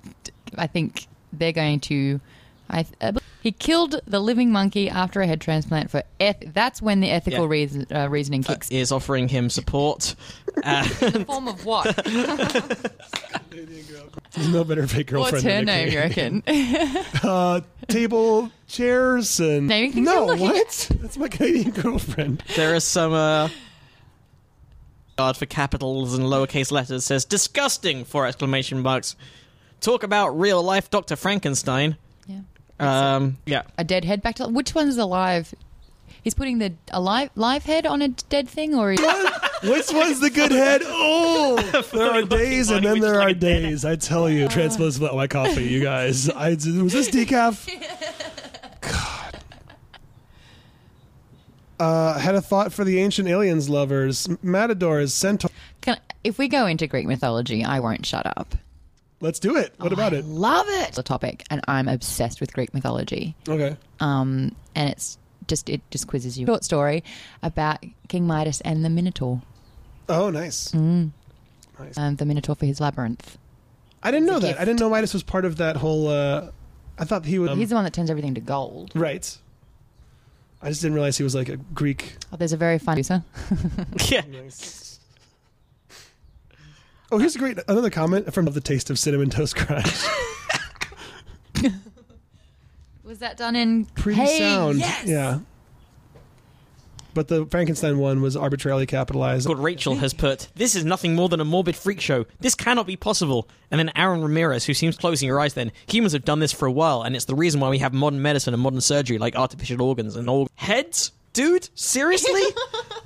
I think they're going to. I, th- I bel- he killed the living monkey after a head transplant for eth- that's when the ethical Yeah. reason, uh, reasoning kicks Is offering him support. in. The form of what? there's no better fake girlfriend. What's her than Nicole. name, you reckon? Uh, table chairs and Naming things no, I'm looking what? That's my Canadian girlfriend. There is some. Uh, guard for capitals and lowercase letters says disgusting for exclamation marks talk about real life dr frankenstein yeah. um yeah a dead head back to which one's alive? He's putting the alive live head on a dead thing, or he- Which one's the good head? Oh, there are days and then Looking there like are a dead days. I tell Oh. you, transpose that my coffee, you guys. I, was this decaf? God. Uh, had a thought for the ancient aliens lovers. Matadors, centaur. Can, if we go into Greek mythology, I won't shut up. Let's do it. What about I it? Love it. The topic, and I'm obsessed with Greek mythology. Okay. Um, and it's just it just quizzes you. Short story about King Midas and the Minotaur. Oh, nice. Mm. Um, the Minotaur for his labyrinth. I didn't know a that. gift. I didn't know Midas was part of that whole. Uh, I thought he was. He's the one that turns everything to gold. right. I just didn't realize he was like a Greek. Oh, there's a very fun producer. yeah Oh, here's a great another comment from the taste of cinnamon toast crunch. Was that done in pretty hey, sound. Yes! Yeah. But the Frankenstein one was arbitrarily capitalized. called Rachel has put, This is nothing more than a morbid freak show. This cannot be possible. And then Aaron Ramirez, who seems closing her eyes then, humans have done this for a while, and it's the reason why we have modern medicine and modern surgery like artificial organs and all. Heads? Dude? Seriously?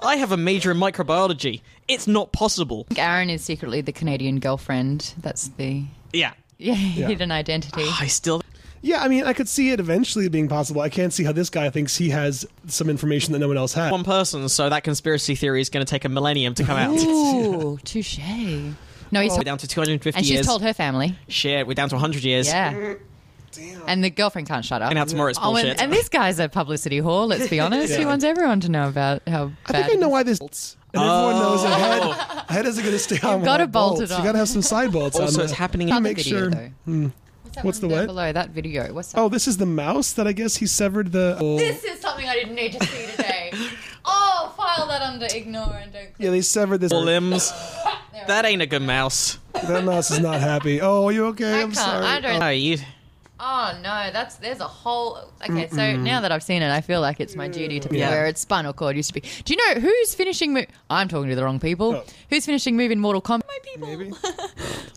I have a major in microbiology. It's not possible. Aaron is secretly the Canadian girlfriend. That's the Yeah. yeah, hidden identity. I still. Yeah, I mean, I could see it eventually being possible. I can't see how this guy thinks he has some information that no one else has. One person, so that conspiracy theory is going to take a millennium to come out. Ooh, touche. Oh. No, he's We're down to 250 and she's years. told her family. Shit, we're down to 100 years. Yeah. And the girlfriend can't shut up. And now tomorrow it's Oh, bullshit. and, and this guy's a publicity whore, let's be honest. He wants everyone to know about how I bad. think I know why this. And everyone knows a Oh. head, a head isn't going to stay on. gotta without bolt it bolts. on. You got to have some side bolts. on Also, there. Oh, it's happening Another in make video, sure- Hmm. though. that What's one the down what? Below that video. What's that? Oh, this is the mouse that I guess he severed the. Oh. This is something I didn't need to see today. oh, file that under ignore and don't click. Yeah, they severed this. All limbs. That ain't a good mouse. That mouse is not happy. Oh, are you okay? I am can't. sorry. I don't. Oh, you. Oh no, that's there's a whole. Okay, so now that I've seen it, I feel like it's my duty to be Yeah. aware. It's spinal cord used to be. Do you know who's finishing? Mo- I'm talking to the wrong people. Oh. Who's finishing move in Mortal Kombat? My people. Maybe. Well,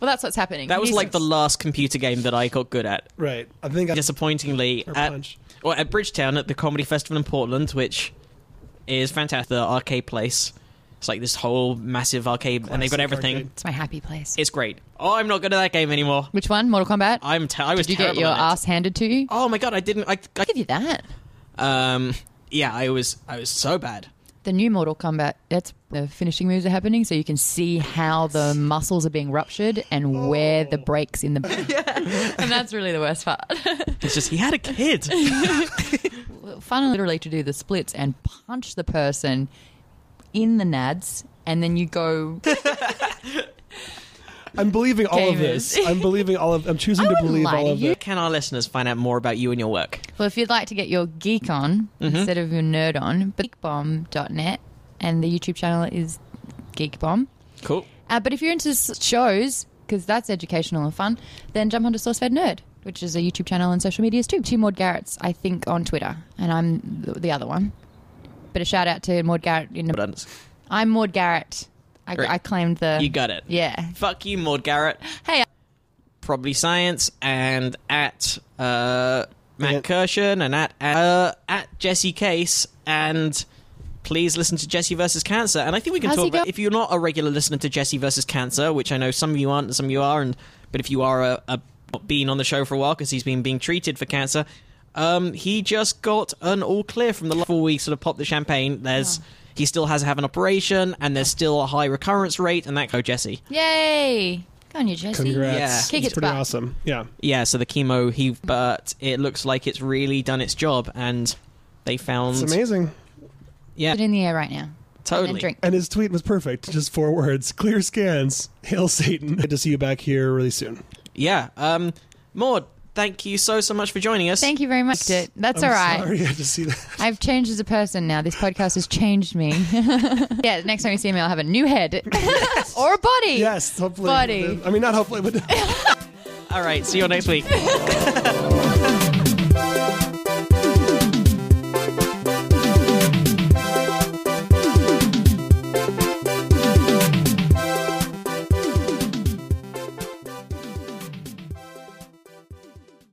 that's what's happening. That was He's- like the last computer game that I got good at. Right. I think I. Disappointingly, Or at, punch. well, at Bridgetown at the Comedy Festival in Portland, which is fantastic, the arcade place. It's like this whole massive arcade, and they've got Classic everything. arcade. It's my happy place. It's great. Oh, I'm not good at that game anymore. Which one? Mortal Kombat. I'm. Te- I was Did you get terrible your at it. ass handed to you? Oh my god, I didn't. I, I'll give you that. I um yeah, I was. I was so bad. the new Mortal Kombat, that's the finishing moves are happening, so you can see how the muscles are being ruptured and where the breaks in the. Oh. and that's really the worst part. It's just he had a kid. Fun literally to do the splits and punch the person in the nads, and then you go. I'm believing all of this. Gamers. I'm believing all of. I'm choosing to wouldn't believe lie all to of you. it. Can our listeners find out more about you and your work? Well, if you'd like to get your geek on instead of your nerd on, but geekbomb.net, and the YouTube channel is Geek Bomb. Cool. Uh, but if you're into s- shows, because that's educational and fun, then jump onto SourceFed Nerd, which is a YouTube channel and social medias too. Two Maud Garrett's, I think, on Twitter, and I'm th- the other one. But a shout out to Maud Garrett. In Well done. I'm Maud Garrett. I, Great. I claimed the. You got it. Yeah. Fuck you, Maud Garrett. Hey, Probably Science and at uh, Matt Kirshen and at uh, at Jesse Case and please listen to Jesse versus Cancer. And I think we can How's talk he about go- if you're not a regular listener to Jesse versus Cancer, which I know some of you aren't and some of you are, and but if you are a, a been on the show for a while because he's been being treated for cancer. Um, he just got an all clear from the level we sort of popped the champagne. There's Oh. he still has to have an operation, and there's still a high recurrence rate, and that go Jesse. yay! Go on, you Jesse. Congrats. Yeah. It's Kick its pretty butt. awesome. Yeah. Yeah, so the chemo he but it looks like it's really done its job and they found It's amazing. yeah Put it in the air right now. And totally then drink. And his tweet was perfect. Just four words. Clear scans. Hail Satan. Good to see you back here really soon. yeah um Maud thank you so so much for joining us Thank you very much. Dick. That's I'm all right. Sorry, I had to see that. I've changed as a person now. This podcast has changed me. yeah, the next time you see me, I'll have a new head or a body. Yes, hopefully. Buddy. I mean, not hopefully, but. all right see you all next week.